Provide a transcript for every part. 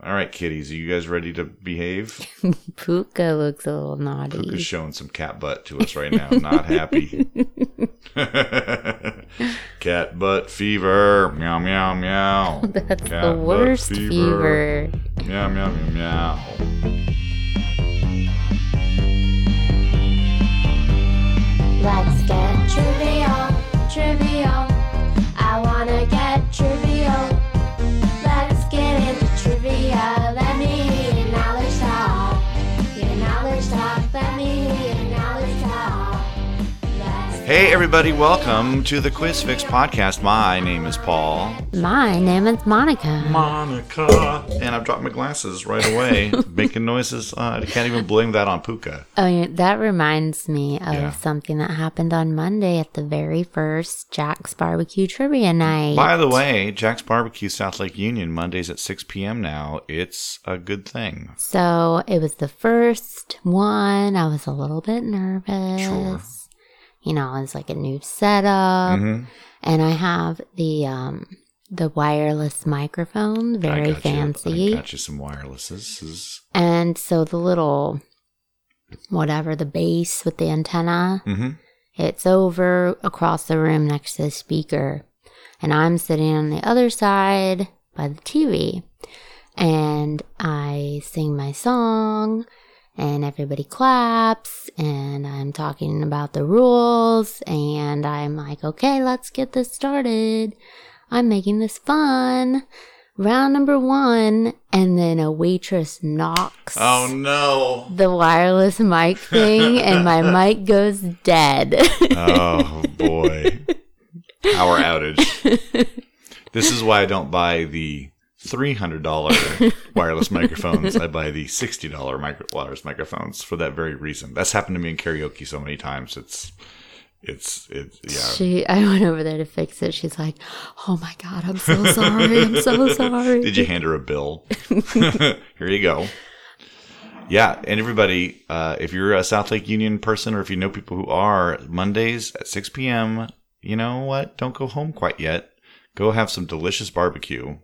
All right, kitties, are you guys ready to behave? Puka looks a little naughty. Puka's showing some cat butt to us right now. Not happy. cat butt fever. Meow, meow, meow. That's Cat the butt worst fever. Meow, meow, meow, meow. Let's get trivial, trivial. I wanna get trivial. Let's get into trivia. Let me hear your knowledge talk. Your knowledge talk. Let me hear your knowledge talk. Let's Hey, everybody, welcome to the Quiz Fix podcast. My name is Paul, My name is Monica. and I've dropped my glasses right away, making noises. Uh, I can't even blame that on Puka. oh, yeah, that reminds me of Yeah. something that happened on Monday at the very first Jack's Barbecue Trivia Night. By the way, Jack's Barbecue, South Lake Union, Mondays at 6 p.m. now. It's a good thing. So it was the first one. I was a little bit nervous. Sure. You know, it's like a new setup. Mhm. And I have the um the wireless microphone, very I got fancy. You. I got you some wirelesses. And so the little whatever, the base with the antenna, Mm-hmm. it's over across the room next to the speaker. And I'm sitting on the other side by the TV. And I sing my song, and everybody claps, and I'm talking about the rules. And I'm like, okay, let's get this started. I'm making this fun. Round number one. And then a waitress knocks Oh, no. the wireless mic thing and my mic goes dead. Oh, boy. Power outage. This is why I don't buy the $300 wireless microphones. I buy the $60 micro- wireless microphones for that very reason. That's happened to me in karaoke so many times. It's, it's, it's, yeah. She I went over there to fix it. She's like, "Oh my god, I'm so sorry. I'm so sorry." Did you hand her a bill? Here you go. Yeah, and everybody, uh, if you're a South Lake Union person or if you know people who are, Mondays at 6 p.m., you know what? Don't go home quite yet. Go have some delicious barbecue.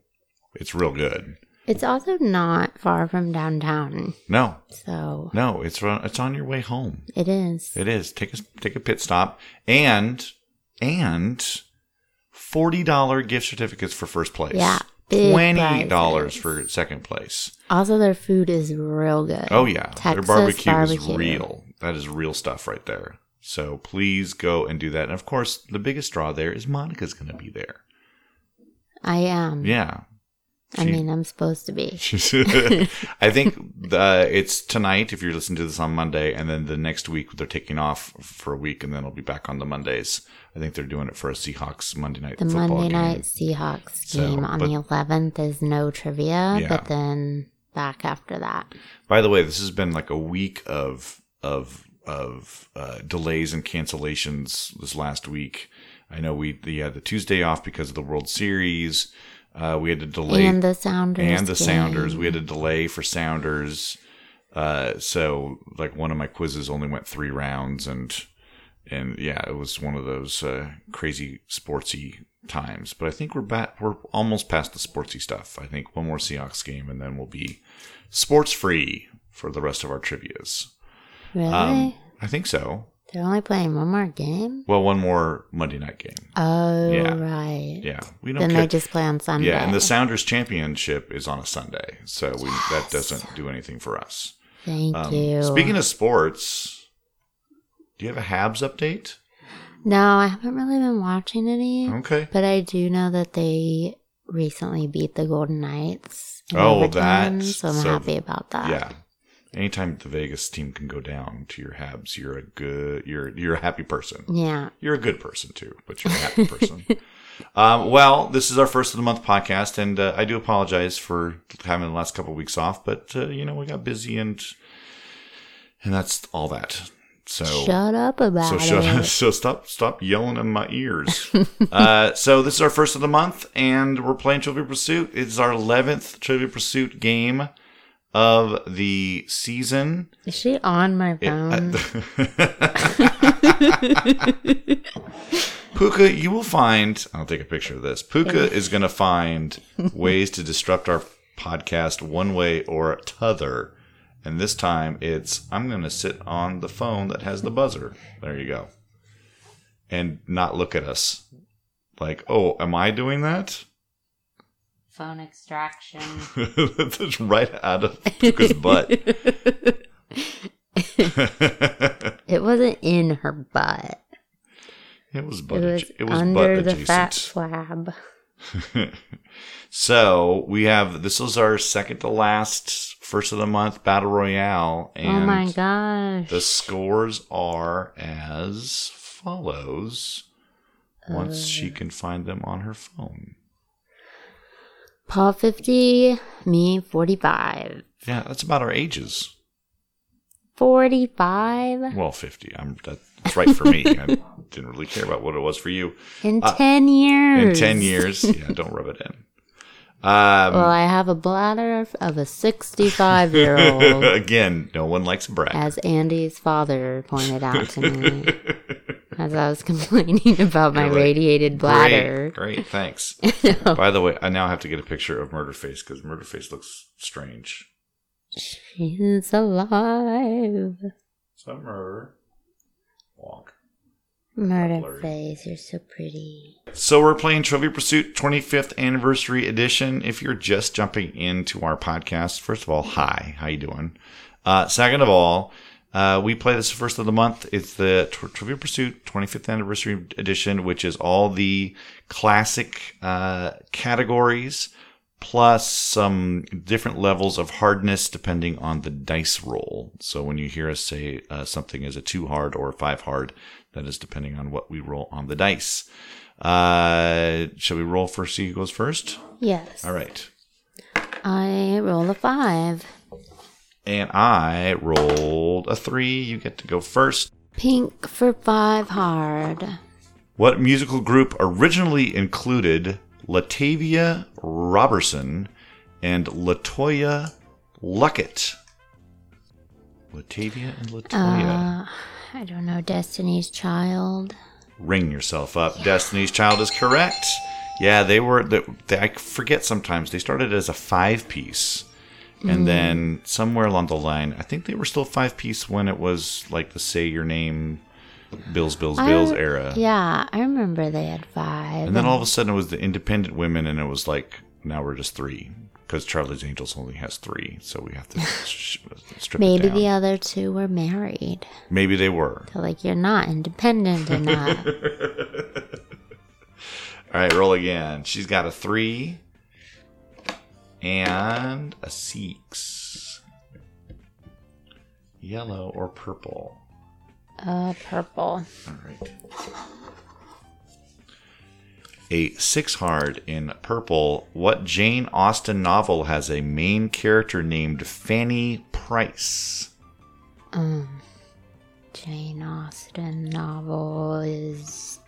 It's real good. It's also not far from downtown. No, So, no, it's on, it's on your way home. it is. It is. Take a take a pit stop and and forty dollar gift certificates for first place. Yeah, big twenty dollars prizes. for second place. Also their food is real good. Oh yeah, their Texas barbecue, barbecue. is real. That is real stuff right there. So please go and do that. And of course, the biggest draw there is Monica's going to be there. I am. Yeah, I mean, I'm supposed to be. I think uh, it's tonight if you're listening to this on Monday, and then the next week they're taking off for a week, and then it'll be back on the Mondays. I think they're doing it for a Seahawks Monday night The football Monday game. night Seahawks So, game on but- the 11th is no trivia, Yeah. but then back after that. By the way, this has been like a week of of of uh, delays and cancellations this last week. I know we the uh, the Tuesday off because of the World Series. Uh, we had to delay and the Sounders and the game. Sounders. We had a delay for Sounders. Uh, so like one of my quizzes only went three rounds and and yeah, it was one of those uh, crazy sportsy times. But I think we're back we're almost past the sportsy stuff. I think one more Seahawks game and then we'll be sports free for the rest of our trivias. Really? Um, I think so. They're only playing one more game? Well, one more Monday night game. Oh, Yeah. right. Yeah. We don't Then care. they just play on Sunday. yeah, and the Sounders championship is on a Sunday, so we, that doesn't do anything for us. Thank Um, you. Speaking of sports, do you have a Habs update? no, I haven't really been watching any, Okay. but I do know that they recently beat the Golden Knights. in Oh, well, overtime, that's- so I'm so- happy about that. Yeah. Anytime the Vegas team can go down to your Habs, you're a good, you're you're a happy person. Yeah. You're a good person too, but you're a happy person. um, well, this is our first of the month podcast, and uh, I do apologize for having the last couple of weeks off, but uh, you know we got busy and and that's all that. So Shut up about So it. shut up. So stop stop yelling in my ears. uh, so this is our first of the month, and we're playing Trivia Pursuit. It's our eleventh Trivia Pursuit game of the season. Is she on my phone? Puka, you will find. I'll take a picture of this. Puka is going to find ways to disrupt our podcast one way or t'other. And this time it's I'm going to sit on the phone that has the buzzer. There you go. And not look at us. Like, oh, am I doing that? Phone extraction. That's right out of Puka's butt. it It wasn't in her butt. was It butt. was, adj- It was, butt under the adjacent. fat flab. so we have this is our second to last first of the month battle royale, and oh my gosh. the scores are as follows. Once she Uh. can find them on her phone. Paul 50, me 45. Yeah, that's about our ages. 45 Well, fifty. I'm that's right for me. I didn't really care about what it was for you. in Uh, 10 years. In ten years, yeah, don't rub it in. Um, Well, I have a bladder of a 65 year old, again, no one likes a brag. as Andy's father pointed out to me as I was complaining about my You're like, radiated bladder. Great, great, thanks. By the way, I now have to get a picture of Murderface because Murderface looks strange. She's alive. Summer walk. Murder blurry. face, you're so pretty. So we're playing Trophy Pursuit 25th Anniversary Edition. If you're just jumping into our podcast, first of all, hi, how you doing? Uh, second of all, uh, we play this first of the month. It's the Tr- Trophy Pursuit 25th Anniversary Edition, which is all the classic uh, categories plus some different levels of hardness depending on the dice roll. So when you hear us say uh, something is a two hard or a five hard, that is depending on what we roll on the dice. Uh, shall we roll for see who goes first? Yes. All right. I roll a five. And I rolled a three. You get to go first. Pink for five hard. What musical group originally included Latavia Robertson and Latoya Luckett? Latavia and Latoya. Uh, I don't know, Destiny's Child. Ring yourself up. Destiny's Child is correct. Yeah, they were. They, they, I forget sometimes. They started as a five piece. And Mm-hmm. then somewhere along the line, I think they were still five piece when it was like the Say Your Name, Bills, Bills, I Bills re- era. Yeah, I remember they had five. And then all of a sudden it was the independent women, and it was like, now we're just three. Because Charlie's Angels only has three, so we have to sh- strip Maybe it down. the other two were married. Maybe they were. They're like, you're not independent enough. All right, roll again. She's got a three and a six. Yellow or purple. uh, purple. All right. A six hard in purple. What Jane Austen novel has a main character named Fanny Price? Um, Jane Austen novel is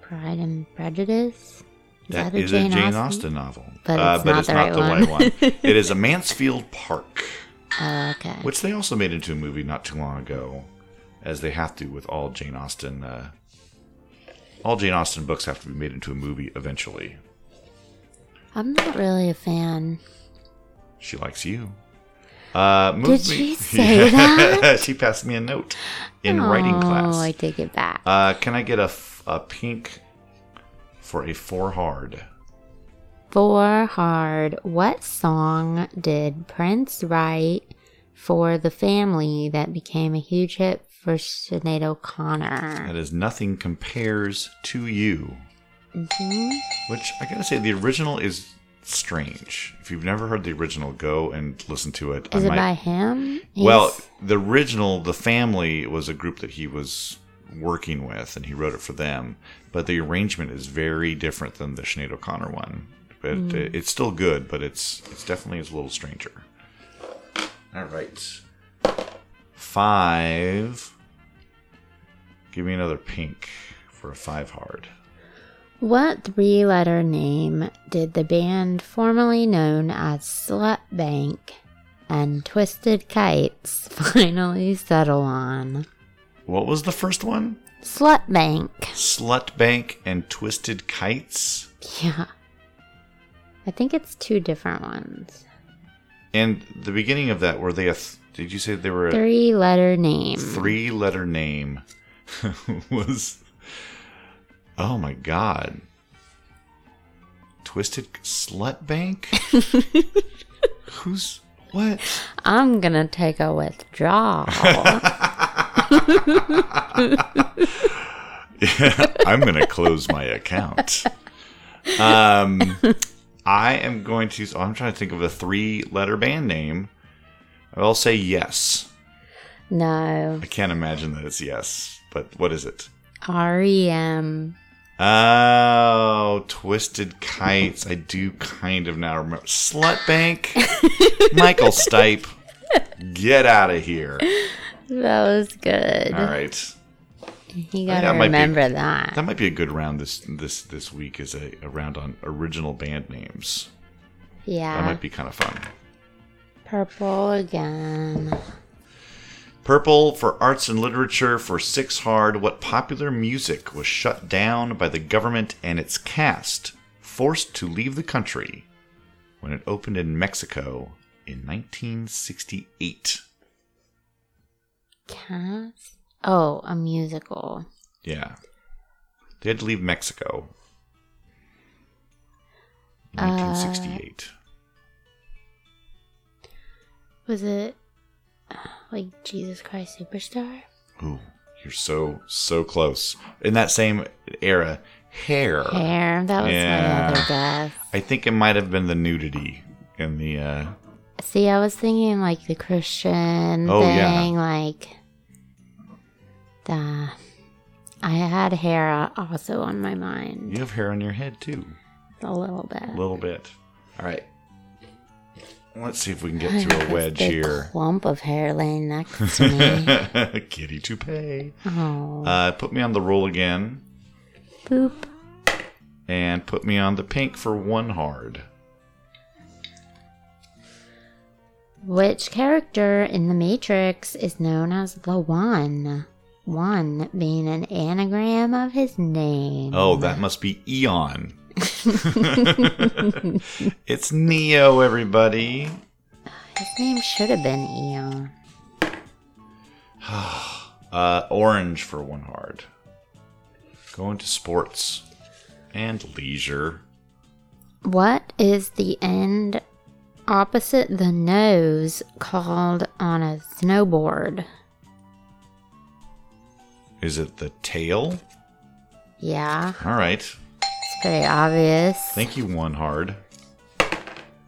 Pride and Prejudice. Is that is a Jane Austen novel, But Uh, it's not the right one. it is a Mansfield Park, Oh, okay. which they also made into a movie not too long ago, as they have to with all Jane Austen. Uh, all Jane Austen books have to be made into a movie eventually. I'm not really a fan. She likes you. Uh, movie. Did she say that? she passed me a note in writing class. Oh, I take it back. Uh, can I get a, f- a pink for a four hard? For Hard, what song did Prince write for the family that became a huge hit for Sinead O'Connor? That is nothing compares to you. hmm Which I gotta say, the original is strange. If you've never heard the original, go and listen to it. I Is it might- by him? Well, He's- the original, the family was a group that he was working with, and he wrote it for them. But the arrangement is very different than the Sinead O'Connor one. But it, it's still good, but it's it's definitely is a little stranger. All right, five. Give me another pink for a five hard. what three letter name did the band formerly known as Slutbank and Twisted Kites finally settle on? What was the first one? Slutbank. Slut Bank and Twisted Kites. Yeah. I think it's two different ones. And the beginning of that, were they a? Th- did you say they were a Three letter name. three-letter name? was oh my god, twisted slut bank. Who's what? I'm gonna take a withdrawal. I'm gonna close my account. Um, I am going to. oh, I'm trying to think of a three-letter band name. I'll say yes. no. I can't imagine that it's yes, but what is it? E REM. Oh, twisted kites. I do kind of now remember. Slut Bank, Michael Stipe, get out of here. That was good. All right, You Uh, that gotta might be- remember that. that might be a good round this this this week is a, a round on original band names. That Yeah. might be kind of fun. Purple again. Purple for arts and literature for Six Hard. What popular music was shut down by the government and its cast, forced to leave the country when it opened in Mexico in 1968? Cats. Oh, a musical. Yeah. They had to leave Mexico. Uh, 1968. Was it uh, like Jesus Christ Superstar? Ooh, you're so, so close. In that same era, hair. Hair. That was Yeah. my other guess. I think it might have been the nudity in the. Uh, See, I was thinking like the Christian Oh, yeah. thing, like the. I had hair also on my mind you have hair on your head, too. a little bit. A little bit. All right. Let's see if we can get through a wedge Big here. clump of hair laying next to me. Kitty toupee. oh, Uh, put me on the roll again, boop. and put me on the pink for one hard. Which character in The Matrix is known as the One? One being an anagram of his name. Oh, that must be Eon. it's Neo, everybody. His name should have been Eon. Uh, orange for one hard. Going to sports and leisure. What is the end opposite the nose called on a snowboard? Is it the tail? Yeah, All right. it's pretty obvious. Thank you, one hard.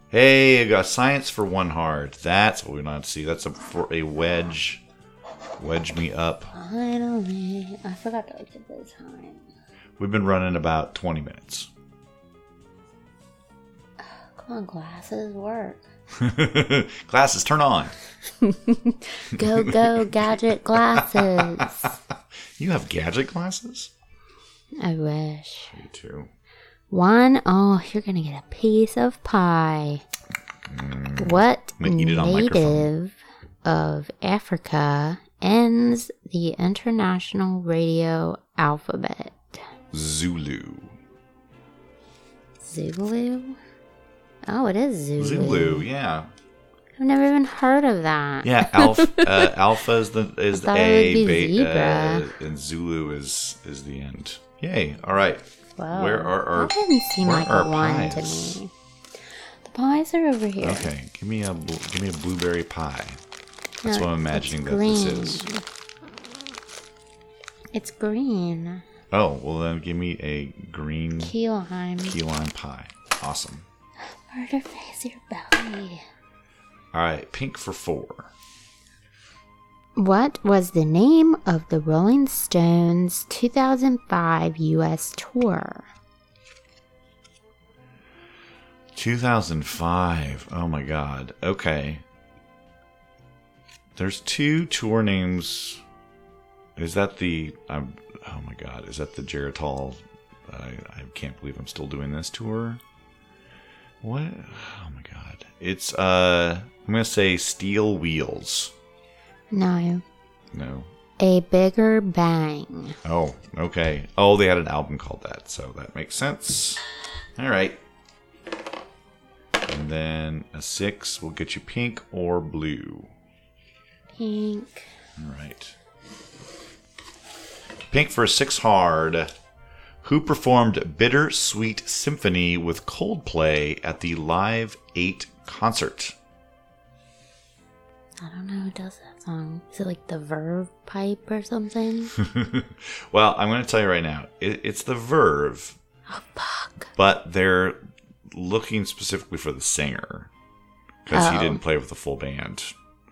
Hey, I got science for one hard. That's what we want to see. That's a, for a wedge. Wedge me up. Finally, I forgot to look at the time. We've been running about 20 minutes. Come on, glasses work. Glasses, turn on. Go, go, gadget glasses. You have gadget glasses? I wish. You too. One, oh, you're gonna get a piece of pie. What I'm gonna eat it on native of Africa ends the international radio alphabet? Zulu. Zulu? Oh, it is Zulu. Zulu, yeah. I've never even heard of that. Yeah, alpha, uh, alpha is the is the thought it A, would be beta, and Zulu is is the end. Yay! All right, Whoa. Where are our- That didn't seem where like are a one to pies? me. The pies are over here. okay. Give me a bl- give me a blueberry pie. That's No, what I'm it's- imagining it's that this green. is. It's green. Oh well, then give me a green Key lime. key lime pie. Awesome. Murder face your belly. All right, pink for four. What was the name of the Rolling Stones 2005 US tour? 2005. Oh my god. Okay. There's two tour names. Is that the I'm oh my god, is that the Geritol I, I can't believe I'm still doing this tour. What? Oh my god. It's uh I'm going to say Steel Wheels. No. No. A Bigger Bang. Oh, okay. Oh, they had an album called that, so that makes sense. All right. And then a six will get you pink or blue. Pink. All right. Pink for a six hard. Who performed Bitter Sweet Symphony with Coldplay at the Live 8 concert? I don't know who does that song. Is it like the Verve Pipe or something? Hmm. well, I'm going to tell you right now. It, it's the Verve, oh, fuck. but they're looking specifically for the singer because he Oh. didn't play with the full band.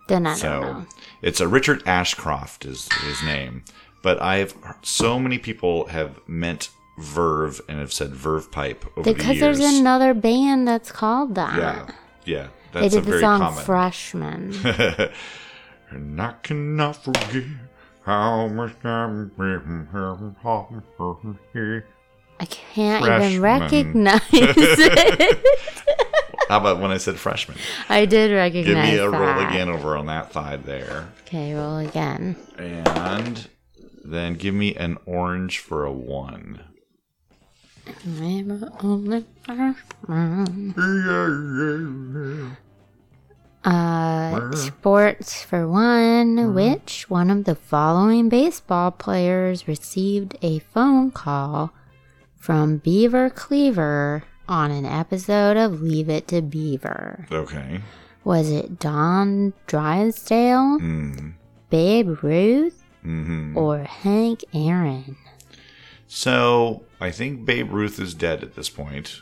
Then I don't So know. it's a Richard Ashcroft is his name, but I've so many people have meant Verve and have said Verve Pipe over the Because years. there's another band that's called that. yeah, yeah, they that's did a the very song common. Freshman. and I cannot forget how much I'm How I can't Freshman. even recognize it. about when I said freshman? I did Give recognize me a roll that. again over on that side there. Okay, roll again. And then give me an orange for a one. I'm the only freshman. Uh, sports for one. Which one of the following baseball players received a phone call from Beaver Cleaver on an episode of Leave It to Beaver? Okay. Was it Don Drysdale, Mm. Babe Ruth, hmm or Hank Aaron? So I think Babe Ruth is dead at this point.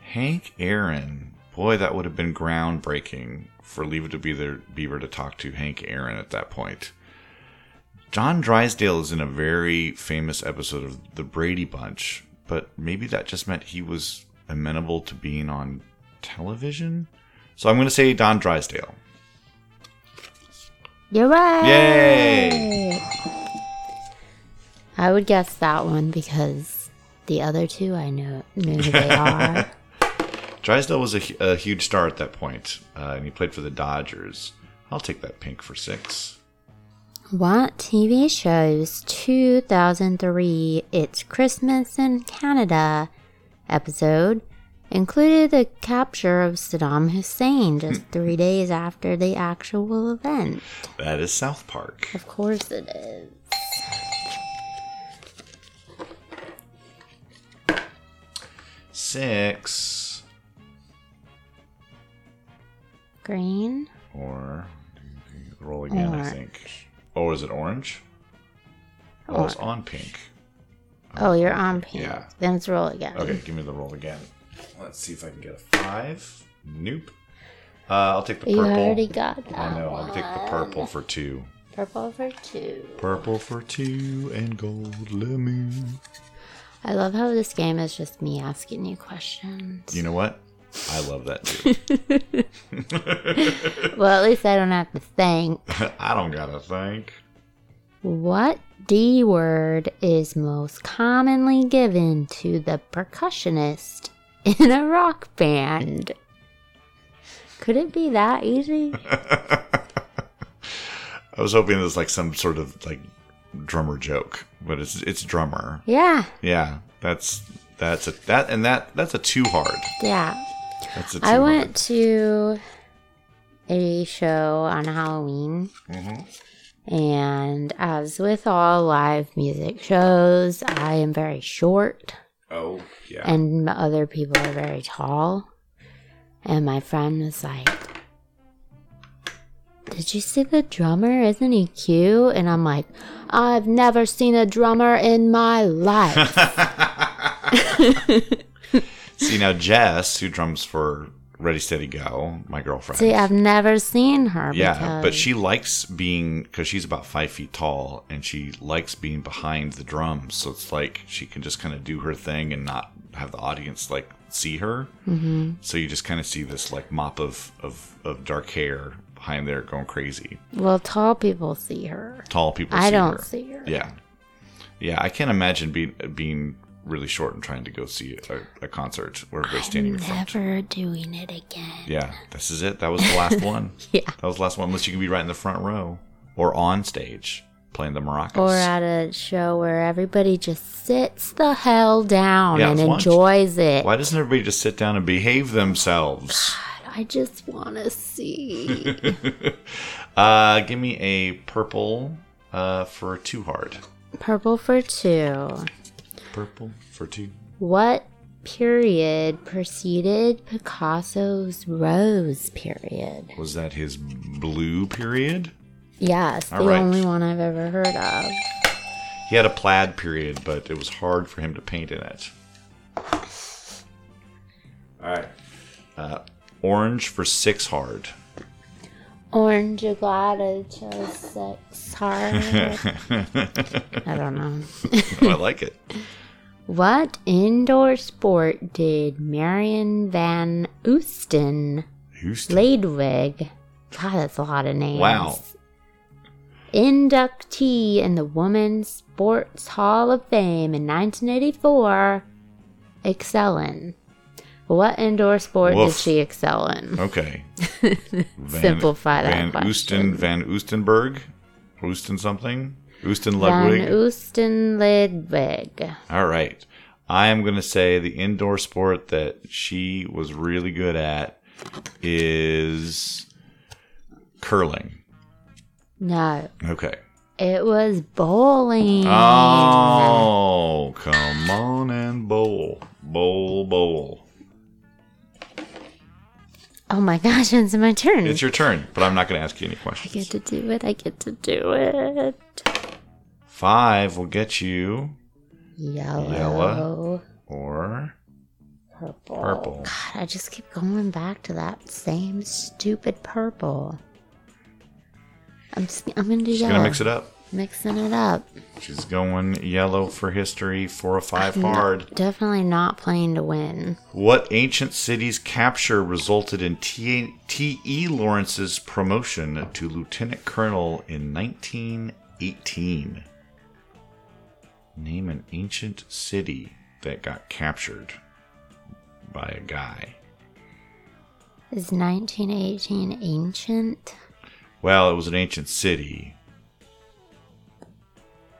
Hank Aaron, boy, that would have been groundbreaking for Leave It to Be the Beaver to talk to Hank Aaron at that point. John Drysdale is in a very famous episode of The Brady Bunch, but maybe that just meant he was amenable to being on television. So I'm going to say Don Drysdale. You're right. Yay! I would guess that one because the other two I know knew who they are. Drysdale was a, hu- a huge star at that point, uh, and he played for the Dodgers. I'll take that pink for six. What TV show's 2003 It's Christmas in Canada episode included the capture of Saddam Hussein just Hmm. three days after the actual event? That is South Park. Of course it is. Six. Green? Or roll again, I think. Or is it orange? Oh, it's on pink. Oh, you're on pink. Yeah. Then it's roll again. Okay, give me the roll again. Let's see if I can get a five. Nope. Uh, I'll take the You purple. already got that. I know. I'll take the purple for two. Purple for two. Purple for two and gold lemon. I love how this game is just me asking you questions. You know what? I love that too. well, at least I don't have to think. I don't gotta think. What D word is most commonly given to the percussionist in a rock band? Could it be that easy? I was hoping it was like some sort of like drummer joke, but it's it's drummer. yeah, Yeah, that's that's a that and that that's a too hard. yeah. That's a too I hard. went to a show on Halloween, Mm-hmm. and as with all live music shows, I am very short, Oh yeah. and m- other people are very tall. And my friend was like, Did you see the drummer? Isn't he cute? And I'm like, I've never seen a drummer in my life. See now, Jess, who drums for Ready Steady Go, my girlfriend. See, I've never seen her. Yeah, but because- she likes being because she's about five feet tall, and she likes being behind the drums. So it's like she can just kind of do her thing and not have the audience like see her. Mm-hmm. So you just kind of see this like mop of of of dark hair behind there going crazy. Well, tall people see her. Tall people. I see don't her. see her. Yeah, yeah. I can't imagine being being really short and trying to go see a, a concert where everybody's standing in front. Never doing it again. Yeah, this is it. That was the last one. Yeah. That was the last one, unless you can be right in the front row or on stage playing the maracas. Or uh, at a show where everybody just sits the hell down Yeah, and it's lunch. enjoys it. Why doesn't everybody just sit down and behave themselves? I just want to see. uh, give me a purple uh, for two hard. Purple for two. Purple for two. What period preceded Picasso's rose period? Was that his blue period? Yes, All the right. only one I've ever heard of. He had a plaid period, but it was hard for him to paint in it. All right. Uh, orange for six hard. Orange Aglada chose six hard. I don't know. Oh, I like it. What indoor sport did Marion Van Oosten Houston. Bladewig? God, that's a lot of names. Wow. Inductee in the Women's Sports Hall of Fame in 1984, excel in. What indoor sport did Woof. she excel in? Okay. Van, Simplify Van that question. Oosten, Van Oostenberg, Oosten something, Oosten Van Ludwig. Oosten Lidwig. All right. I am going to say the indoor sport that she was really good at is curling. No, Okay. it was bowling. Oh, come on and bowl. Bowl, bowl. Oh my gosh, it's my turn. It's your turn, but I'm not going to ask you any I get questions. to do it. I get to do it. Five will get you, Yellow. Yellow. or Purple. Purple. God, I just keep going back to that same stupid purple. I'm s am gonna do she's yellow. going to mix it up. Mixing it up. She's going yellow for history, four or five hard. Definitely not playing to win. What ancient city's capture resulted in T.A. T.E. E Lawrence's promotion to lieutenant colonel in 1918? Name an ancient city that got captured by a guy. Is 1918 ancient? Well, it was an ancient city.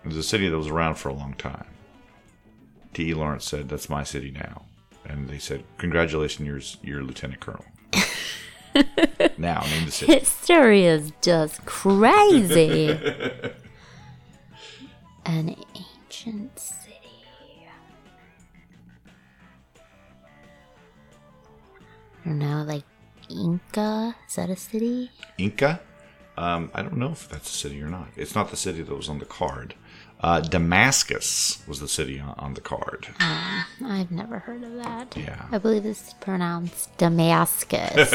It was a city that was around for a long time. T.E. Lawrence said, "That's my city now," and they said, "Congratulations, you're you're lieutenant colonel." now name the city. History is just crazy. An ancient city. I don't know, like Inca? Is that a city? Inca. Um, I don't know if that's a city or not. It's not the city that was on the card. Uh, Damascus was the city on, on the card. Ah. I've never heard of that. Yeah. I believe it's pronounced Damascus.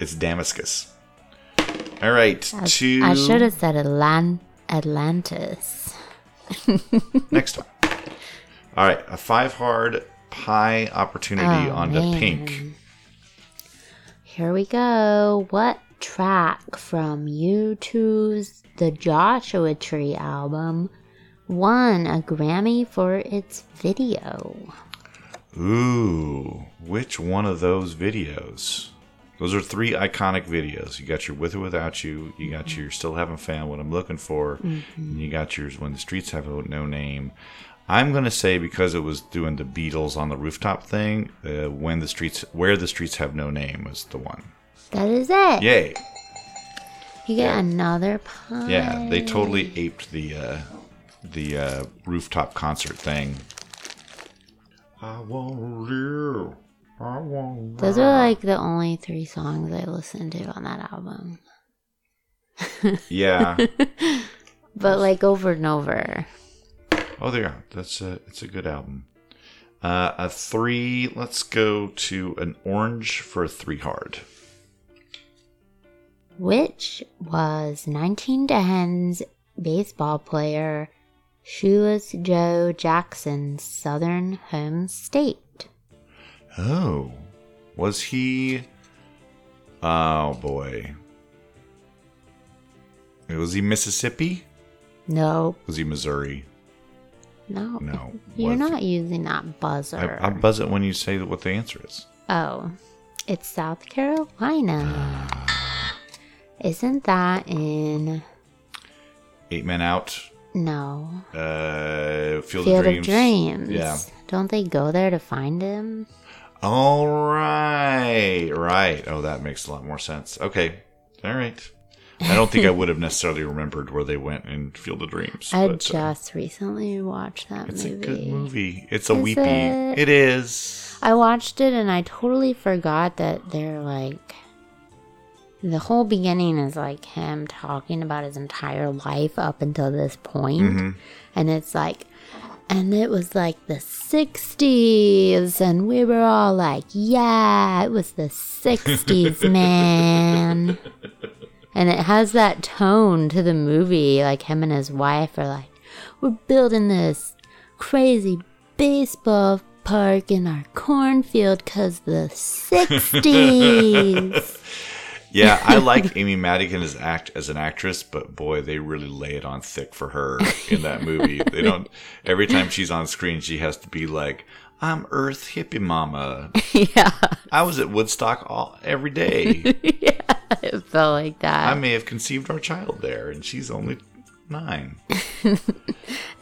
it's Damascus. All right, two. I should have said Atlan- Atlantis. Next time. All right, a five hard pie opportunity Oh, onto man. pink. Here we go. What track from U2's The Joshua Tree album won a Grammy for its video? Ooh, which one of those videos? Those are three iconic videos. You got your With or Without You, you got Mm-hmm. your Still Haven't Found What I'm Looking For, and you got yours When the Streets Have No Name. I'm going to say because it was doing the Beatles on the rooftop thing, uh, when the streets, where the streets have no name was the one. That is it. Yay! You get Yeah. another pie. Yeah, they totally aped the uh, the uh, rooftop concert thing. I want you. I want. Those are like the only three songs I listened to on that album. Yeah. But like over and over. oh, there. you are. That's a it's a good album. Uh, a three. Let's go to an orange for a three hard. which was 1910's baseball player Shoeless Joe Jackson's southern home state. Oh, was he? Oh boy. Was he Mississippi? No, Was he Missouri? no, No, You're was- not using that buzzer. I, I buzz it when you say that what the answer is. oh, it's South Carolina. Isn't that in Eight Men Out, No. uh, Field, Field of, Dreams. of Dreams. Yeah. Don't they go there to find him? All right, right. Oh, that makes a lot more sense. Okay, all right. I don't think I would have necessarily remembered where they went in Field of Dreams. I but, uh, just recently watched that it's movie. a good movie. It's a Is weepy. it? it is. I watched it and I totally forgot that they're like the whole beginning is like him talking about his entire life up until this point. And it's like and it was like the 60s and we were all like, "Yeah, it was the 60s, man." And it has that tone to the movie like him and his wife are like, "We're building this crazy baseball park in our cornfield cuz the 60s. Yeah, I like Amy Madigan as act as an actress, but boy, they really lay it on thick for her in that movie. They don't. Every time she's on screen, she has to be like, "I'm Earth hippie mama. yeah. I was at Woodstock all every day. yeah. It felt like that. I may have conceived our child there, and she's only nine. it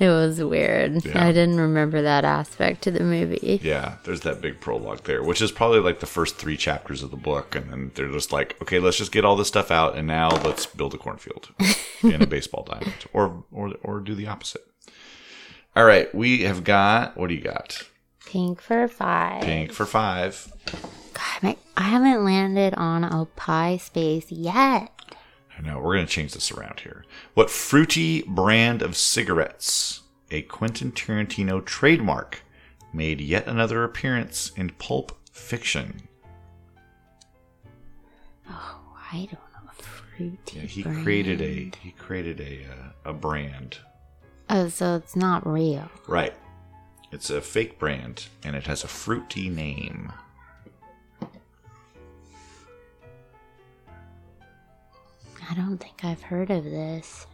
was weird. Yeah. I didn't remember that aspect to the movie. Yeah, there's that big prologue there, which is probably like the first three chapters of the book, and then they're just like, okay, let's just get all this stuff out, and now let's build a cornfield and a baseball diamond, or or or do the opposite. All right, we have got what do you got? Pink for 5. Pink for five. God, my, I haven't landed on a pie space yet. I know we're gonna change this around here. What fruity brand of cigarettes? A Quentin Tarantino trademark made yet another appearance in Pulp Fiction. Oh, I don't know. Fruity. Yeah, he brand. created a he created a uh, a brand Oh, so it's not real. Right. It's a fake brand and it has a fruity name. I don't think I've heard of this.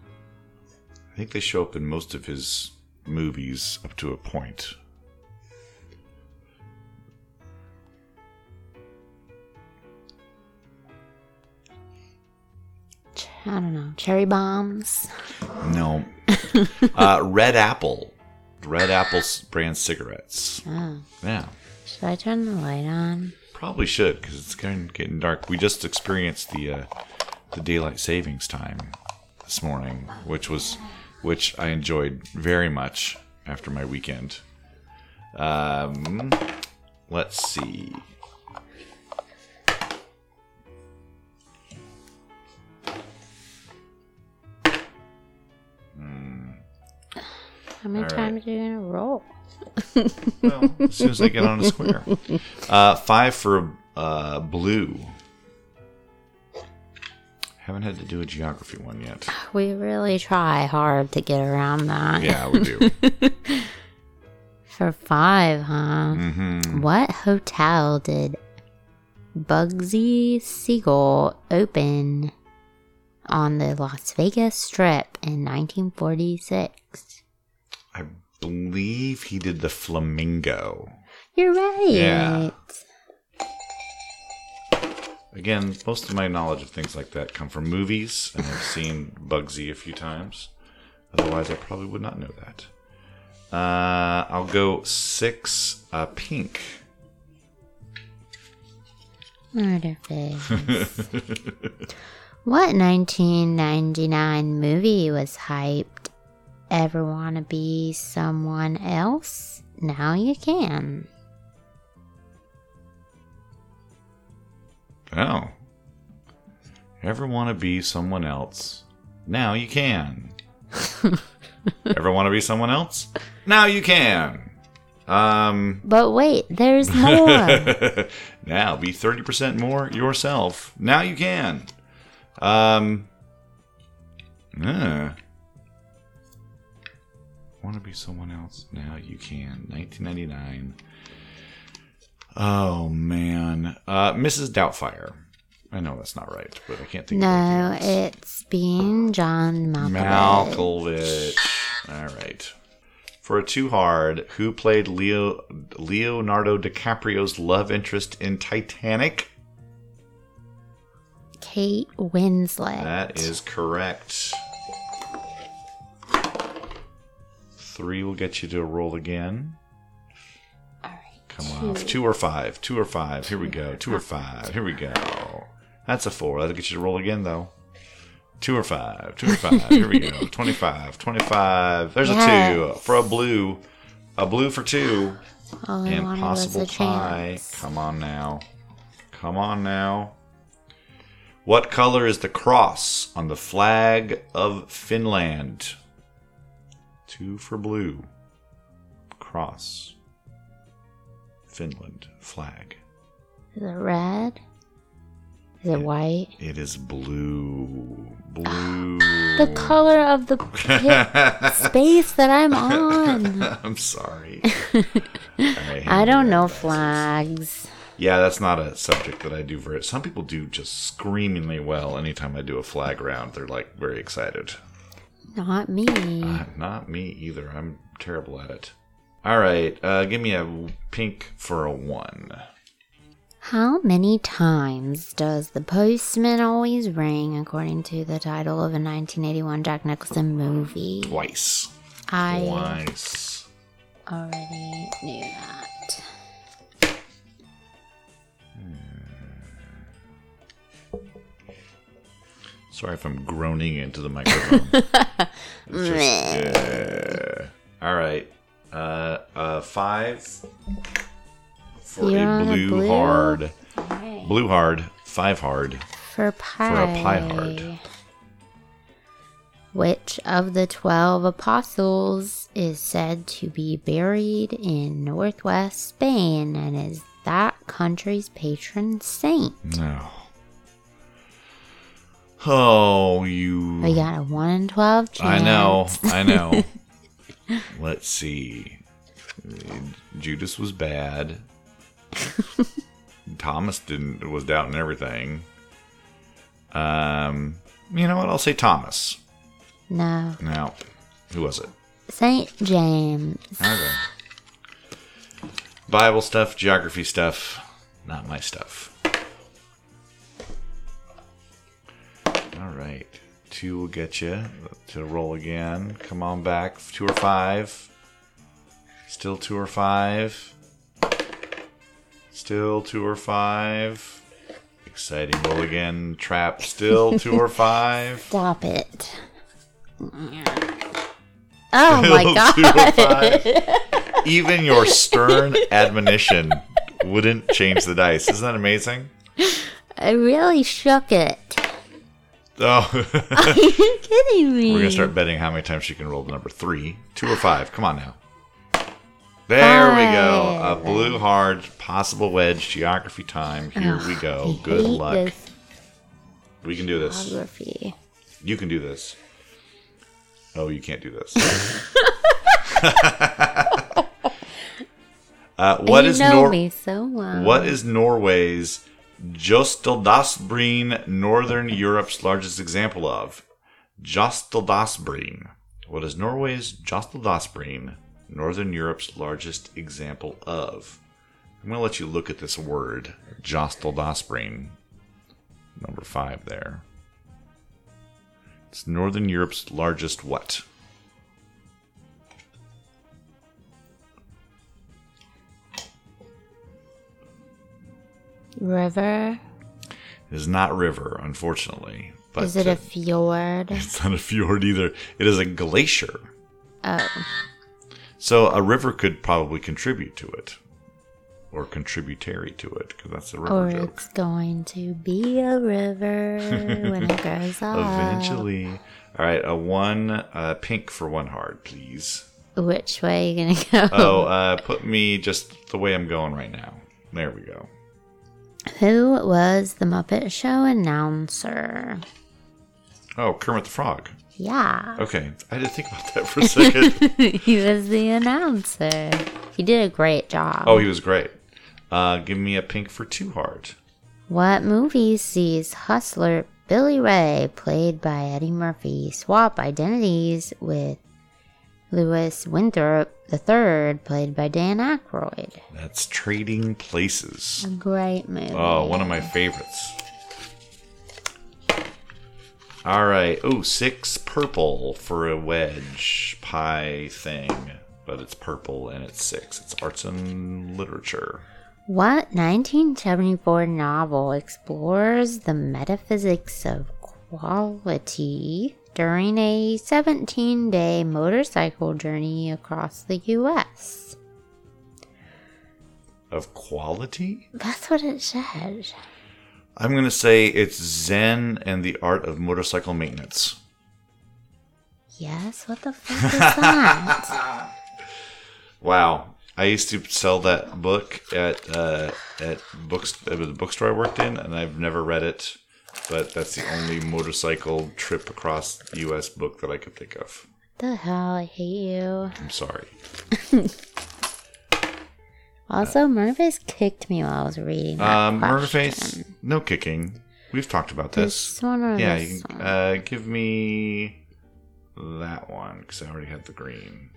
I think they show up in most of his movies up to a point. Ch- I don't know. Cherry bombs. No. uh, Red Apple. Red Apple s- brand cigarettes. Oh, Yeah. should I turn the light on? Probably should because it's getting, getting dark. We just experienced the uh, the daylight savings time this morning, which was which I enjoyed very much after my weekend. Um, let's see. How many All right. times are you gonna roll? Well, as soon as I get on a square. Uh, five for uh, blue. Haven't had to do a geography one yet. We really try hard to get around that. Yeah, we do. For five, huh? hmm What hotel did Bugsy Siegel open on the Las Vegas Strip in 1946? I believe he did the flamingo. You're right. Yeah. Again, most of my knowledge of things like that come from movies, and I've seen Bugsy a few times. Otherwise, I probably would not know that. Uh, I'll go six uh, pink. Artifice. what 1999 movie was hyped? Ever want to be someone else? Now you can. Oh. Ever want to be someone else? Now you can. Ever want to be someone else? Now you can. Um. But wait, there's more. now be 30% more yourself. Now you can. Um. Want to be someone else? Now you can. 1999. Oh, man. Uh, Mrs. Doubtfire. I know that's not right, but I can't think of no, anything else. it's being John Malkovich. Malkovich. All right. For a too hard, who played Leo Leonardo DiCaprio's love interest in Titanic? Kate Winslet. That is correct. Three will get you to roll again. All right. Come on. two. Two or five. Two or five. Here we go. Two or five. Here we go. That's a four. That'll get you to roll again, though. Two or five. Two or five. Here we go. 25. 25. There's a two Yes. for a blue. A blue for two. All I wanted was Impossible a pie. chance. Come on now. Come on now. What color is the cross on the flag of Finland? Two for blue. Cross. Finland flag. Is it red? Is it white? It is blue. Blue. The color of the pit space that I'm on. I'm sorry. All right, hand I me don't that know glasses. flags. Yeah, that's not a subject that I do very. Some people do just screamingly well anytime I do a flag round. They're like very excited. Not me. Uh, not me either. I'm terrible at it. All right, uh, give me a pink for a one. How many times does the postman always ring, according to the title of a 1981 Jack Nicholson movie? Twice. I Twice. already knew that. Sorry if I'm groaning into the microphone. It's just, uh, all right, uh, uh, five for You're a on a blue, blue? hard. Blue hard, five hard. For pie. pie heart. Which of the 12 apostles is said to be buried in northwest Spain and is that country's patron saint? No. Oh, you. We got a 1 in 12 I chance. know. I know. Let's see. Judas was bad. Thomas didn't was doubting everything. Um, you know what? I'll say Thomas. No. Now, who was it? St. James. Okay. Bible stuff, geography stuff, not my stuff. All right. Two will get you to roll again. Come on back. Two or five. Still two or five. Still two or five. Exciting roll again. Trap. Still two or five. Stop it. Oh my Still god. two or five. Even your stern admonition wouldn't change the dice. Isn't that amazing? I really shook it. Oh, Are you kidding me? we're gonna start betting how many times she can roll the number three, two, or five. Come on now. There we go. A Five. blue hard, possible wedge, geography time. Here we go. Good Ah, Hate luck. this We can do this. geography. You can do this. Oh, you can't do this. uh, what you is know Nor- me so well. What is Norway's Jostaldasbrin, Northern Europe's largest example of? Jostaldasbrin. What is Norway's Jostaldasbrin, Northern Europe's largest example of? I'm going to let you look at this word, Jostaldasbrin. Number five there. It's Northern Europe's largest what? river? It is not river, unfortunately. But is it uh, a fjord? It's not a fjord either. It is a glacier. Oh, So a river could probably contribute to it, or contributary to it, because that's a river or joke. it's going to be a river when it grows up. Eventually, all right, a one uh, pink for one hard, please. Which way are you gonna go? Oh, uh, put me just the way I'm going right now. There we go. Who was the Muppet Show announcer? Oh, Kermit the Frog. Yeah, Okay, I didn't think about that for a second. he was the announcer. He did a great job. oh, he was great. Uh, give me a pink for two hard. What movie sees hustler Billy Ray, played by Eddie Murphy, swap identities with Lewis Winthrop III, played by Dan Aykroyd? That's trading places. Uh, A great movie. Oh, one of my favorites. All right. Oh, six purple for a wedge pie thing, but it's purple and it's six. It's arts and literature. What 1974 novel explores the metaphysics of quality during a 17 day motorcycle journey across the US? Of quality? That's what it said. I'm going to say it's Zen and the Art of Motorcycle Maintenance. Yes, what the fuck is that? Wow. I used to sell that book at uh, at books at the bookstore I worked in, and I've never read it. But that's the only motorcycle trip across the U.S. book that I could think of. the hell, I hate you. I'm sorry. Also, Mervis kicked me while I was reading. That Um, question. Murderface, no kicking. We've talked about This this. one or Yeah, this you one? can, uh, give me that one because I already had the green.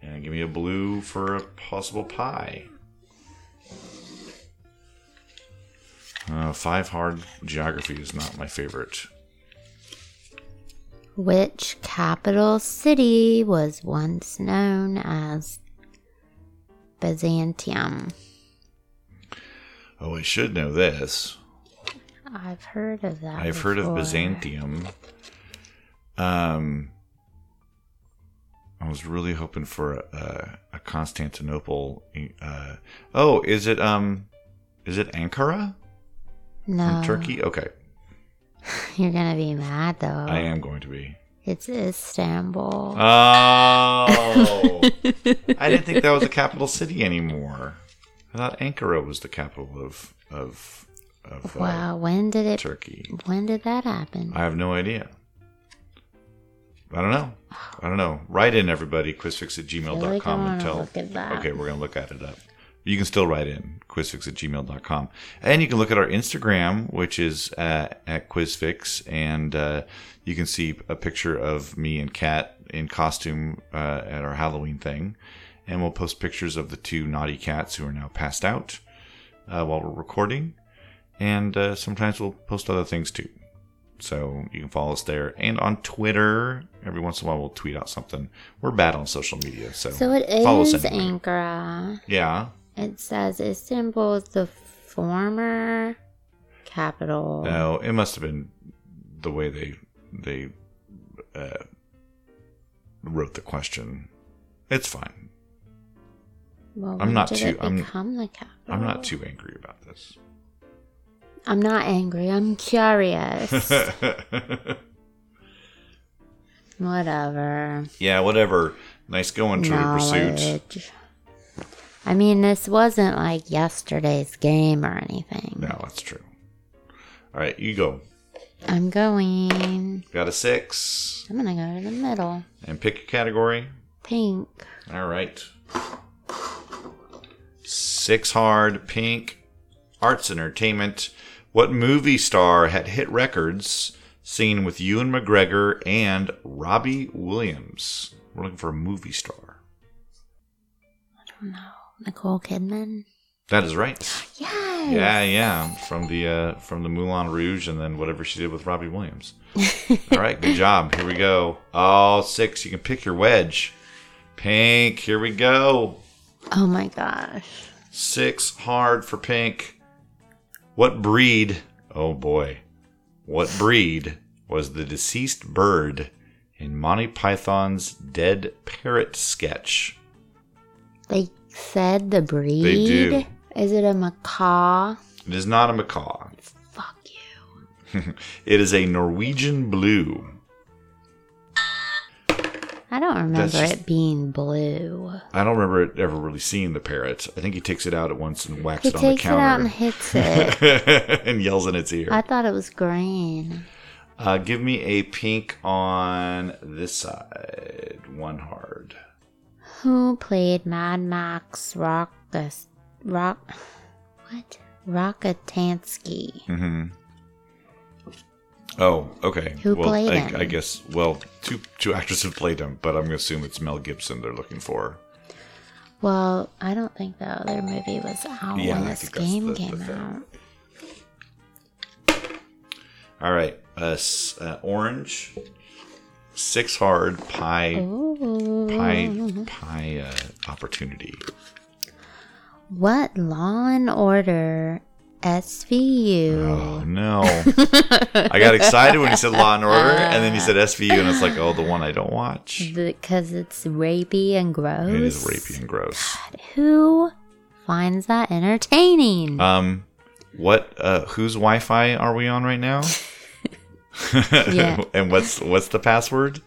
And give me a blue for a possible pie. Uh, five hard geography is not my favorite. Which capital city was once known as Byzantium? Oh, I should know this. I've heard of that. I've heard of before. Byzantium. Um, I was really hoping for a, a Constantinople. Uh, oh, is it um, is it Ankara No, from Turkey? Okay, You're gonna be mad though. I am Uh, going to be. It's Istanbul. Oh, I didn't think that was a capital city anymore. I thought Ankara was the capital of of of uh, wow, when did it? Turkey. When did that happen? I have no idea. I don't know. I don't know. Write in everybody, quizfix at I feel like I gmail.com and wanna tell. look at that. Okay, we're going to look at it up. You can still write in quizfix at gmail.com. And you can look at our Instagram, which is uh, at quizfix. And uh, you can see a picture of me and Kat in costume uh, at our Halloween thing. And we'll post pictures of the two naughty cats who are now passed out uh, while we're recording. And uh, sometimes we'll post other things too. So you can follow us there and on Twitter. Every once in a while, we'll tweet out something. We're bad on social media, so, so it is follow us anywhere. Ankara. Yeah, It says Istanbul is the former capital. no, Oh, it must have been the way they they uh, wrote the question. It's fine. Well, I'm when not did too- It I'm- become the capital. I'm not too angry about this. I'm not angry. I'm curious. Whatever. yeah, whatever. Nice going, True Pursuit. Knowledge. I mean, this wasn't like yesterday's game or anything. No, that's true. All right, you go. I'm going. Got a six, I'm gonna go to the middle. and pick a category. Pink. All right. Six Hard, Pink, Arts Entertainment. What movie star had hit records seen with Ewan McGregor and Robbie Williams? We're looking for a movie star. Nicole Kidman. That is right. Yes. Yeah, yeah. From the uh, from the Moulin Rouge and then whatever she did with Robbie Williams. All right, good job. Here we go. All six. You can pick your wedge. Pink. Here we go. Oh my gosh. Six hard for pink. What breed? Oh boy. What breed was the deceased bird in Monty Python's Dead Parrot sketch? They said the breed. do. Is it a macaw? It is not a macaw. Fuck you. It is a Norwegian blue. I don't remember just- it being blue. I don't remember it ever really seeing the parrot. I think he takes it out at once and whacks He it on the takes it out and counter hits it. and yells in its ear. I thought it was green. Uh, give me a pink on this side. One hard. Who played Mad Max Rockus Rock what? Rockatansky. hmm Oh, okay. Who well, played I, him? I guess. Well, two two actors have played him, but I'm gonna assume it's Mel Gibson they're looking for. Well, I don't think the other movie was out Yeah, when I this think that's game the- the came thing. out. All right. Uh, s- uh, orange, six hard, pie, pie, pie uh, opportunity. What Law and Order SVU? Oh, no. I got excited when he said Law and Order, and then he said SVU, and it's like, oh, the one I don't watch. Because it's rapey and gross. It is rapey and gross. Who finds that entertaining? Um, what? Uh, whose Wi-Fi are we on right now? Yeah. and what's what's the password?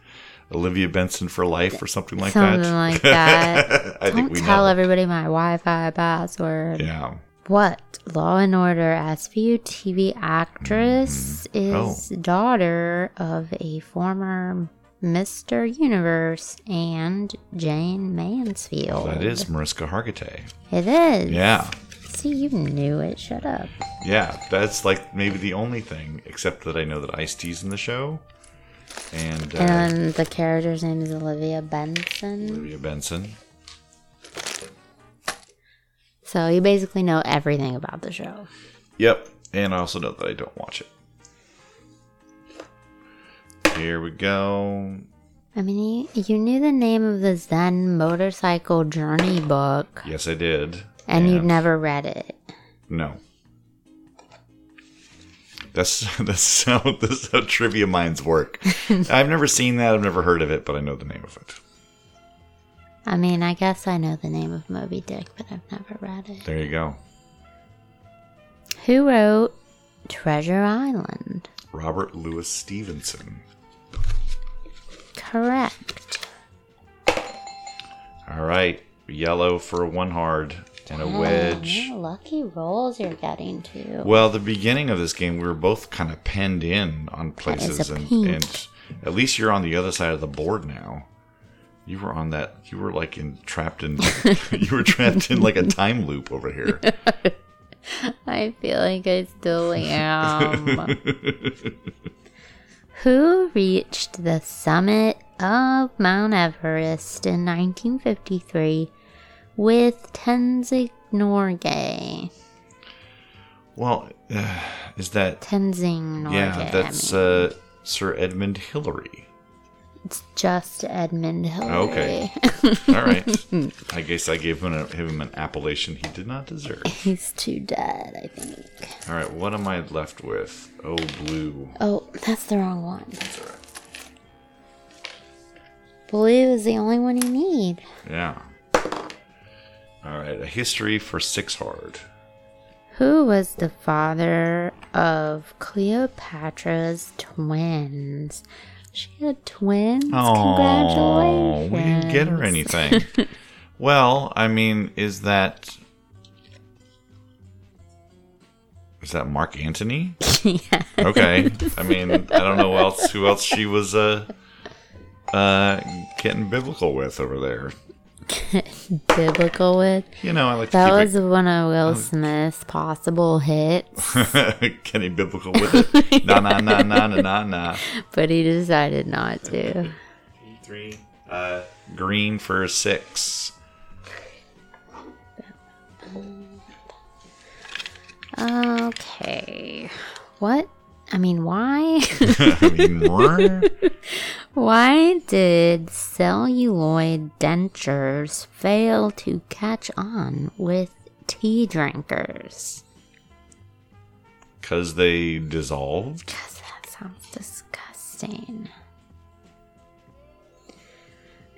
Olivia Benson for life or something like Something that. like that. I think Don't we tell know. everybody my Wi-Fi password. Yeah. What Law and Order SVU TV actress Oh. is daughter of a former Mr. Universe and Jane Mansfield. That is Mariska Hargitay. It is. Yeah. See, you knew it. Shut up. Yeah. That's like maybe the only thing, except that I know that Ice T's in the show. And uh, And the character's name is Olivia Benson. Olivia Benson. So you basically know everything about the show. Yep. And I also know that I don't watch it. Here we go. I mean, you, you knew the name of the Zen Motorcycle Journey book, Yes, I did. and you'd never read it. No. That's that's how that's how trivia minds work. I've never seen that. I've never heard of it, but I know the name of it. I mean, I guess I know the name of Moby Dick, but I've never read it. There you go. Who wrote Treasure Island? Robert Louis Stevenson. Correct. All right, yellow for one hard and a wedge. Oh, lucky rolls you're getting to. Well, the beginning of this game, we were both kind of penned in on is places, a and, pink. and at least you're on the other side of the board now. You were on that. You were like in, trapped in. you were trapped in like a time loop over here. I feel like I still am. Who reached the summit of Mount Everest in 1953 with Tenzing Norgay? Well, uh, is that Tenzing Norgay. yeah? That's I mean, uh, Sir Edmund Hillary. it's just Edmund Hillary. Okay. All right. I guess I gave him, a, him an appellation he did not deserve. He's too dead, I think. All right. What am I left with? Oh, blue. Oh, that's the wrong one. Blue is the only one you need. Yeah. All right. A history for six hard. Who was the father of Cleopatra's twins? She had twins. Oh, Congratulations. we didn't get her anything. well, I mean, is that is that Mark Antony? Okay. I mean, I don't know else who else she was uh uh getting biblical with over there. Biblical with. You know, I like That was to one of Oh. Will Smith's possible hits, keep it getting biblical with it. Na na na na na na na. but he decided not to. Three. Uh, green for six. Okay. What? I mean, why? I mean, more? Why did celluloid dentures fail to catch on with tea drinkers? Because they dissolved? Because that sounds disgusting.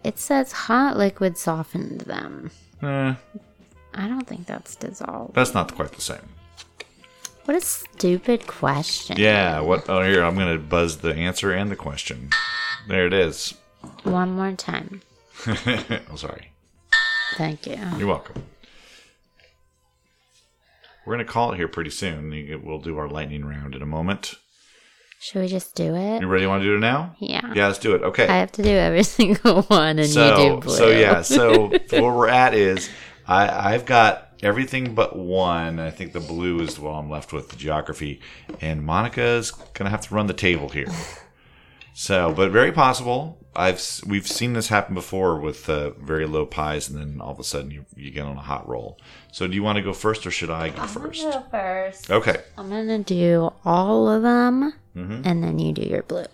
It says hot liquid softened them. Eh, I don't think that's dissolved. that's not quite the same. What a stupid question. Yeah, what? Oh, here, I'm going to buzz the answer and the question. There it is. One more time. I'm sorry. Thank you. You're welcome. We're going to call it here pretty soon. You- We'll do our lightning round in a moment. Should we just do it? You ready? You want to do it now? Yeah. Yeah, let's do it. Okay. I have to do every single one and you do so blue. so yeah so where we're at is i i've got everything but one i think the blue is what i'm left with the geography and monica's gonna have to run the table here so but very possible i've s- we've seen this happen before with uh, very low pies and then all of a sudden you, you get on a hot roll so do you want to go first or should i go first first. okay I'm gonna do all of them Mm-hmm. and then you do your blue.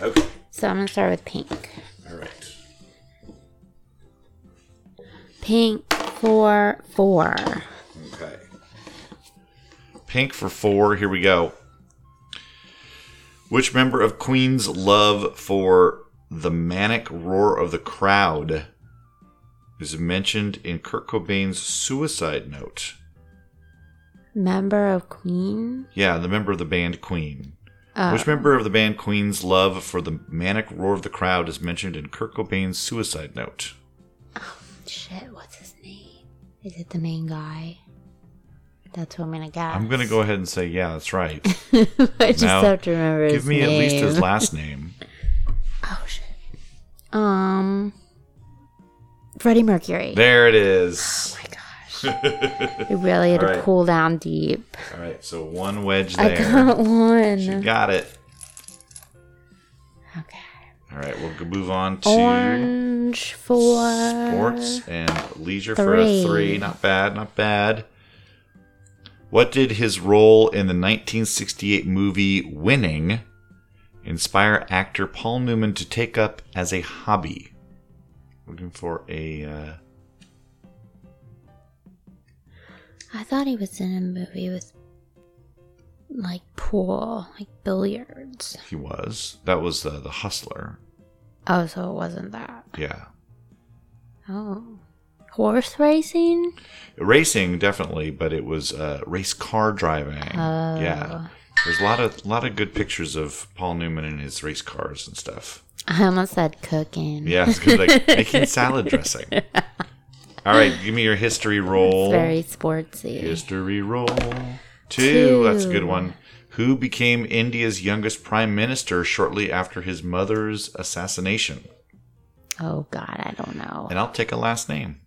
Okay. So I'm gonna start with pink. All right. Pink for four. Okay. Pink for four. Here we go. Which member of Queen's love for the manic roar of the crowd is mentioned in Kurt Cobain's suicide note? Member of Queen. Oh, Yeah, the member of the band Queen. Uh. Which member of the band Queen's love for the manic roar of the crowd is mentioned in Kurt Cobain's suicide note? Shit, what's his name? Is it the main guy? That's what I'm gonna guess. I'm going to go ahead and say, yeah, that's right. I just now. have to remember his Give me at least his name. last name. Oh shit. Um. Freddie Mercury. There it is. It really had to Alright. cool down deep. All right, so one wedge I there. got one. She got it. Okay. All right, we'll g- move on to Orange for sports and leisure for a Three. three. Not bad, not bad. What did his role in the 1968 movie Winning inspire actor Paul Newman to take up as a hobby? Looking for a. Uh, I thought he was in a movie with like pool, like billiards. he was. That was uh, The Hustler. Oh, so it wasn't that. Yeah. Oh. Horse racing? Racing, definitely, but it was uh, race car driving. Oh. Yeah. There's a lot of lot of good pictures of Paul Newman and his race cars and stuff. I almost said cooking. Yeah, it's good, like making salad dressing. All right, give me your history roll. It's very sportsy. history roll two. Two. That's a good one. Who became India's youngest prime minister shortly after his mother's assassination? Oh god, I don't know. And I'll take a last name.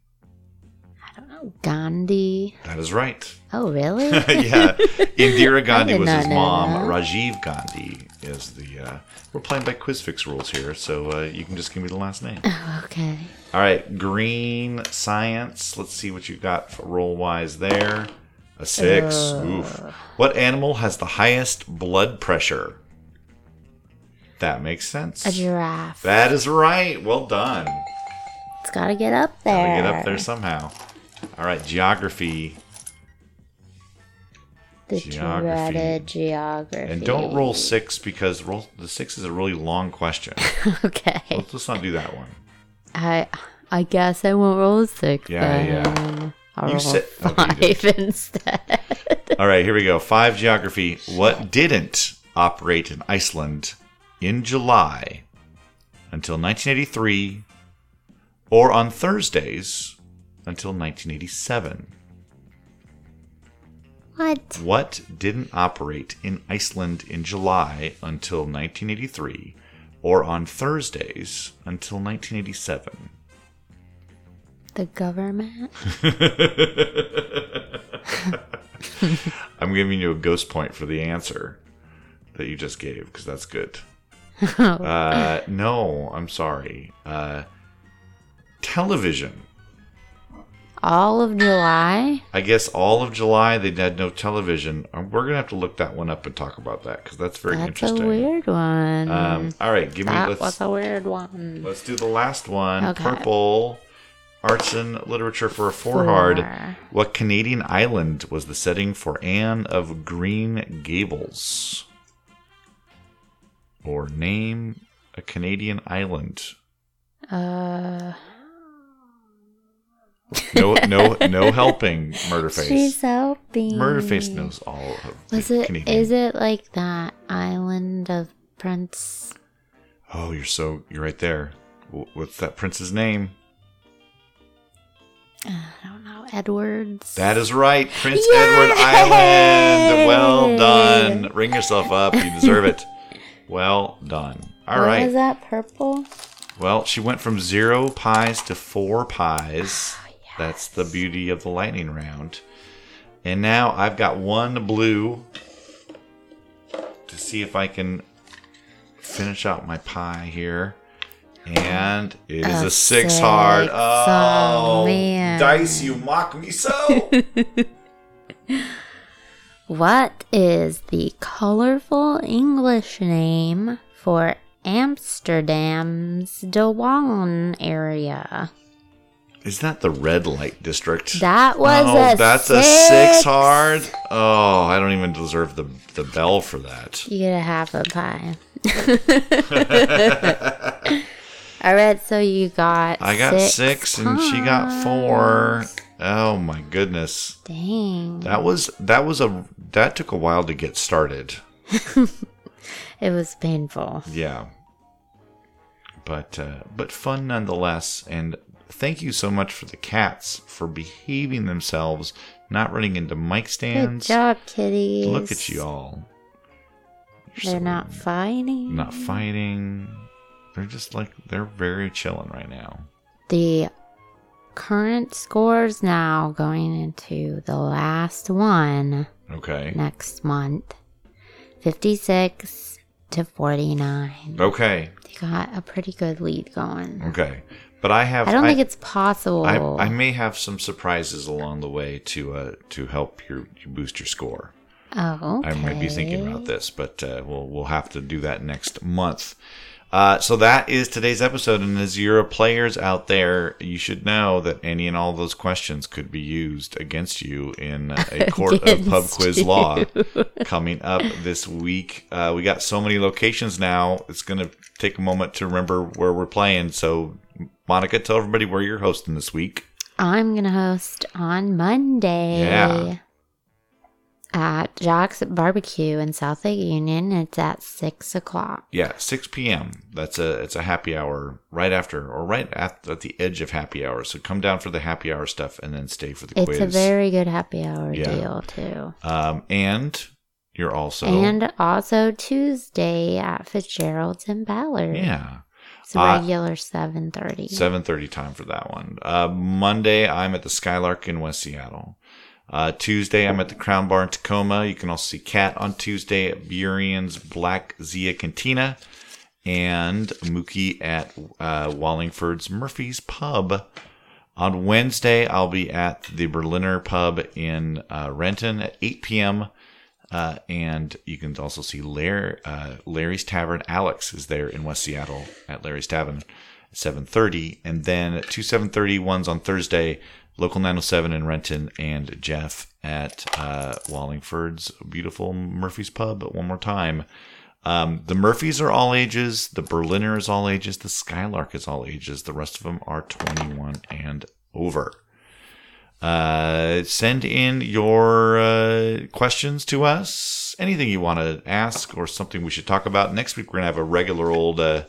I don't know. Gandhi. That is right. Oh really? yeah, Indira Gandhi did was not his know mom. that. Rajiv Gandhi is the. Uh, we're playing by Quizfix rules here, so uh, you can just give me the last name. Oh, okay. All right, green science. Let's see what you got for roll wise there. A six. Uh, Oof. What animal has the highest blood pressure? That makes sense. A giraffe. that is right. Well done. It's gotta get up We there. get up there somehow. All right, geography. The Geography. dreaded geography. And don't roll six because roll the six is a really long question. okay. let's, let's not do that one. I I guess I won't roll a six. Yeah, yeah. then. I'll You roll said- a okay, you five instead. All right, here we go. Five geography. What didn't operate in Iceland in July until 1983 or on Thursdays until 1987? What? What didn't operate in Iceland in July until 1983 or on Thursdays until 1987? The government? I'm giving you a ghost point for the answer that you just gave because that's good. uh, no, I'm sorry. Uh, television. All of July? I guess all of July they had no television. Uh, We're gonna have to look that one up and talk about that because that's very That's a interesting. weird one. um, all right, give me that let's was a weird one. let's do the last one. Okay. Purple arts and literature for a four, Four. hard. What Canadian island was the setting for Anne of Green Gables? Or name a Canadian island. Uh, No, no, no helping, Murderface. she's helping. Murderface knows all of Was the it? Canadian. Is it like that island of Prince? Oh, you're so you're right there. W- What's that prince's name? I don't know. Edwards. That is right, Prince Edward Island. Well done. Ring yourself up. You deserve it. Well done. All What right. Was that purple? Well, she went from zero pies to four pies. That's the beauty of the lightning round. And now I've got one blue to see if I can finish out my pie here. And it is A a six, six. hard. Oh, Oh, man. dice, you mock me so. What is the colorful English name for Amsterdam's Dewan area? Is that the red light district? That was oh, a that's six. a six hard. Oh, I don't even deserve the the bell for that. You get a half a pie. All right, so you got. I got six, and she got four. pies. Oh my goodness. Dang. That was that was a that took a while to get started. It was painful. Yeah. But uh, but fun nonetheless, and thank you so much for the cats for behaving themselves, not running into mic Good stands. job, kitties. Look at you all. You're They're so not fighting. not fighting. They're just like they're very chilling right now. the current scores now going into the last one Okay. next month 56 to 49. Okay. They got a pretty good lead going. Okay. But I have I don't I, think it's possible. I, I may have some surprises along the way to uh to help your boost your score. oh, okay. I might be thinking about this, but uh, we'll we'll have to do that next month. Uh, so that is today's episode, and as you're a players out there, you should know that any and all those questions could be used against you in uh, a court of pub Against quiz you. law coming up this week. Uh, we got so many locations now; it's going to take a moment to remember where we're playing. So, Monica, tell everybody where you're hosting this week. I'm going to host on Monday. Yeah. At Jack's Barbecue in South Lake Union. It's at 6 o'clock. Yeah, 6 p.m. That's a it's a happy hour right after or right at, at the edge of happy hour. So come down for the happy hour stuff and then stay for the It's quiz. a very good happy hour Yeah. deal, too. um, and you're also and also Tuesday at Fitzgerald's in Ballard. yeah It's a Uh, regular 7.30. 7:30 time for that one. Uh, Monday I'm at the Skylark in West Seattle. Uh, Tuesday I'm at the Crown Bar in Tacoma. You can also see Kat on Tuesday at Burian's Black Zia Cantina. and Mookie at uh, Wallingford's Murphy's Pub. On Wednesday, I'll be at the Berliner Pub in uh, Renton at 8 p.m. Uh, and you can also see Larry, uh, Larry's Tavern. Alex is there in West Seattle at Larry's Tavern at 7.30. And then two 7.30 ones on Thursday, Local 907 in Renton and Jeff at uh, Wallingford's beautiful Murphy's Pub one more time. Um, the Murphys are all ages. The Berliner is all ages. The Skylark is all ages. The rest of them are 21 and over. Uh, send in your uh, questions to us. Anything you want to ask or something we should talk about. Next week, we're going to have a regular old uh,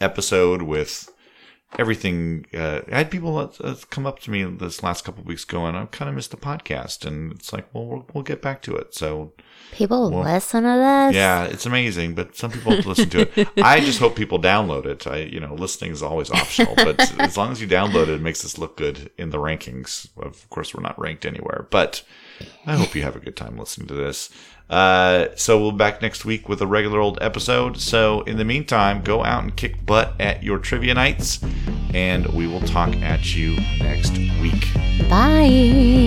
episode with everything. Uh, I had people that, uh, come up to me this last couple of weeks going, I kind of missed the podcast. And it's like, well, we'll, we'll get back to it. So People well, listen to this? yeah, it's amazing, but some people listen to it. I just hope people download it. I, you know, listening is always optional, but as long as you download it, it makes us look good in the rankings. Of course, we're not ranked anywhere, but I hope you have a good time listening to this. Uh, so we'll be back next week with a regular old episode. So in the meantime, go out and kick butt at your trivia nights, and we will talk at you next week. Bye.